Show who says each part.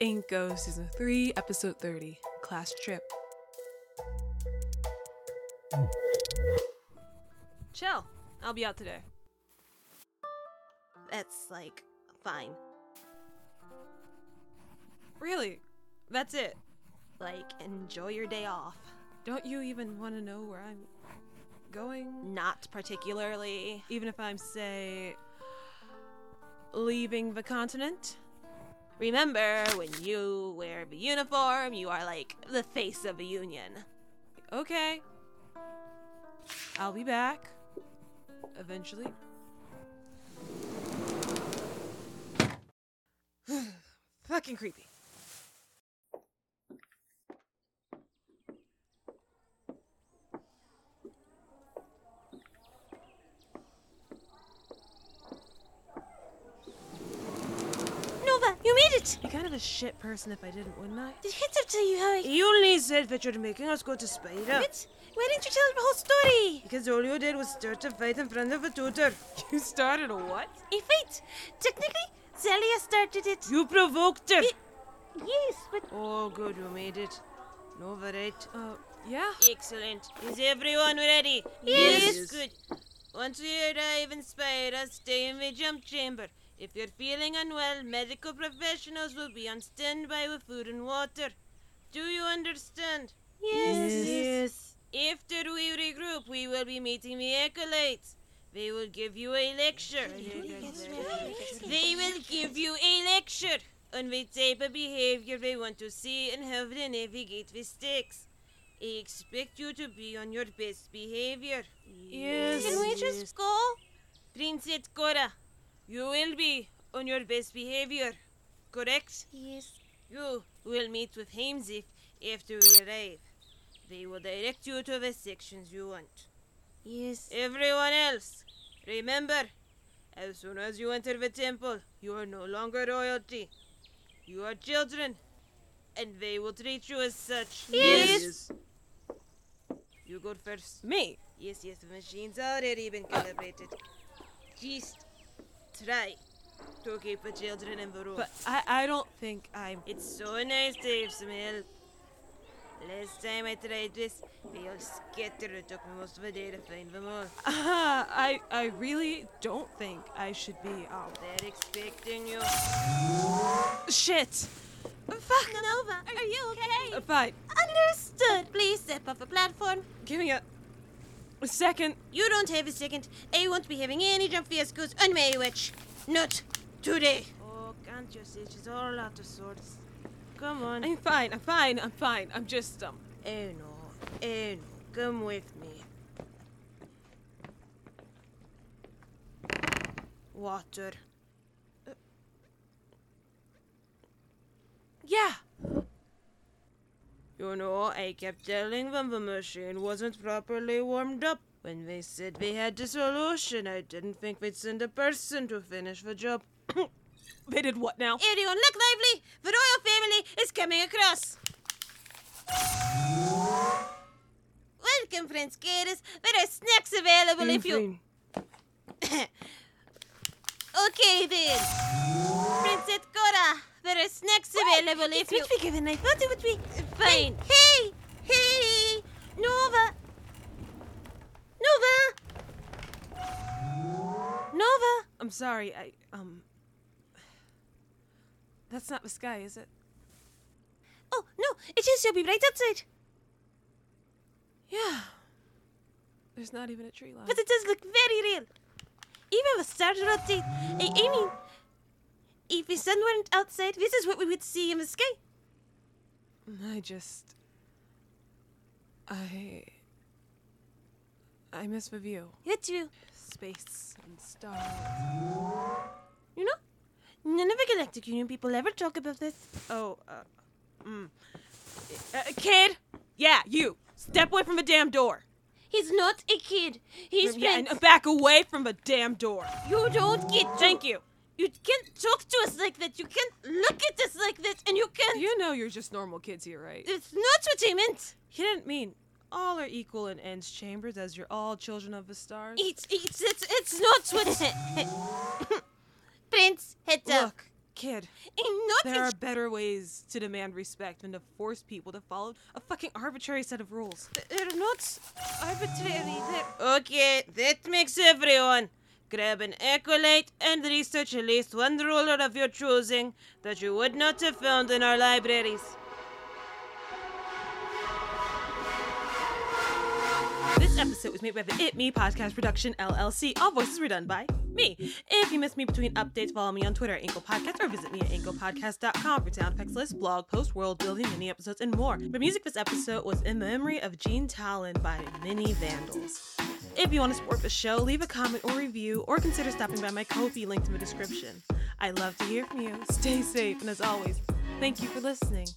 Speaker 1: Inko Season 3, Episode 30, Class Trip.
Speaker 2: Chill. I'll be out today.
Speaker 3: That's like fine.
Speaker 2: Really? That's it.
Speaker 3: Like enjoy your day off.
Speaker 2: Don't you even want to know where I'm going?
Speaker 3: Not particularly.
Speaker 2: Even if I'm, say, leaving the continent?
Speaker 3: Remember when you wear the uniform, you are like the face of a union.
Speaker 2: Okay. I'll be back. Eventually. Fucking creepy.
Speaker 3: Nova, you made it!
Speaker 2: Be kind of a shit person if I didn't, wouldn't I?
Speaker 3: Did Hitler tell you how
Speaker 2: You only said that you're making us go to Spider.
Speaker 3: Why didn't you tell him the whole story?
Speaker 2: Because all you did was start a fight in front of a tutor. You started a what?
Speaker 3: A fight. Technically, Zelia started it.
Speaker 2: You provoked her.
Speaker 3: Yes, but
Speaker 2: Oh, good, you made it. No, right? Uh, yeah.
Speaker 3: excellent. Is everyone ready?
Speaker 2: Yes. Yes.
Speaker 3: Good. Once we arrive in Spira, stay in the jump chamber. If you're feeling unwell, medical professionals will be on standby with food and water. Do you understand?
Speaker 2: Yes. Yes.
Speaker 3: After we regroup, we will be meeting the acolytes. They will give you a lecture. They will give you a lecture on the type of behavior they want to see and how to navigate the stakes. I expect you to be on your best behavior.
Speaker 2: Yes.
Speaker 3: Can we just go? Princess Cora, you will be on your best behavior, correct?
Speaker 4: Yes.
Speaker 3: You will meet with Hamsif after we arrive. They will direct you to the sections you want.
Speaker 4: Yes.
Speaker 3: Everyone else, remember, as soon as you enter the temple, you are no longer royalty. You are children, and they will treat you as such.
Speaker 2: Yes.
Speaker 3: You go first.
Speaker 2: Me.
Speaker 3: Yes, yes, the machine's already been calibrated. Just try to keep the children in the room.
Speaker 2: But I, I don't think I'm.
Speaker 3: It's so nice to have some help. Last time I tried this, they all scattered. It took me most of the day to find them all.
Speaker 2: Ah, I, I really don't think I should be. Um,
Speaker 3: They're expecting you.
Speaker 2: shit. Fuck.
Speaker 3: Nova, are you okay?
Speaker 2: Uh, Fine.
Speaker 3: Understood. Please step off the platform.
Speaker 2: Give me a, a second.
Speaker 3: You don't have a second. I won't be having any jump fiascos on my watch. Not today. Oh, can't you see? She's all out of sorts. Come on.
Speaker 2: I'm fine. I'm fine. I'm fine. I'm just um.
Speaker 3: Oh no. Oh no. Come with me. Water.
Speaker 2: Yeah.
Speaker 3: You know, I kept telling them the machine wasn't properly warmed up. When they said they had the solution, I didn't think they'd send a person to finish the job.
Speaker 2: They did what now?
Speaker 3: Everyone, look lively! The royal family is coming across! Welcome, Prince Gatus. There are snacks available if you. Okay then. Princess Cora, there are snacks available if you. It's bigger than I thought it would be. Fine. Hey, hey, hey, Nova. Nova. Nova.
Speaker 2: I'm sorry. I um. That's not the sky, is it?
Speaker 3: Oh no, it is. You'll be right outside.
Speaker 2: Yeah. There's not even a tree line.
Speaker 3: But it does look very real. Even with stars rotate, I, I mean, if the sun weren't outside, this is what we would see in the sky.
Speaker 2: I just. I. I miss the view.
Speaker 3: That's you.
Speaker 2: Space and stars.
Speaker 3: You know? None of the Galactic Union people ever talk about this.
Speaker 2: Oh, uh. Mm. Uh, kid! Yeah, you! Step away from the damn door!
Speaker 3: He's not a kid. He's
Speaker 2: yeah,
Speaker 3: been.
Speaker 2: and back away from the damn door!
Speaker 3: you don't get. To,
Speaker 2: Thank you!
Speaker 3: You can't talk to us like that. You can't look at us like that, and you can't.
Speaker 2: You know you're just normal kids here, right?
Speaker 3: It's not what I meant.
Speaker 2: He didn't mean all are equal in End's chambers as you're all children of the stars.
Speaker 3: It's it's it's, it's not what. Prince, heads up.
Speaker 2: Look, Kid,
Speaker 3: Enough
Speaker 2: there are
Speaker 3: is
Speaker 2: better ways to demand respect than to force people to follow a fucking arbitrary set of rules.
Speaker 3: They're not arbitrary. They're... Okay, that makes everyone. Grab an accolade and research at least one ruler of your choosing that you would not have found in our libraries.
Speaker 2: This episode was made by the It Me Podcast Production LLC. All voices were done by me. If you miss me between updates, follow me on Twitter at Ankle Podcast or visit me at anklepodcast.com for sound effects list, blog, post, world building, mini episodes, and more. The music for this episode was In Memory of Gene Talon by Mini Vandals. If you want to support the show, leave a comment or review or consider stopping by my Kofi linked in the description. I love to hear from you. Stay safe, and as always, thank you for listening.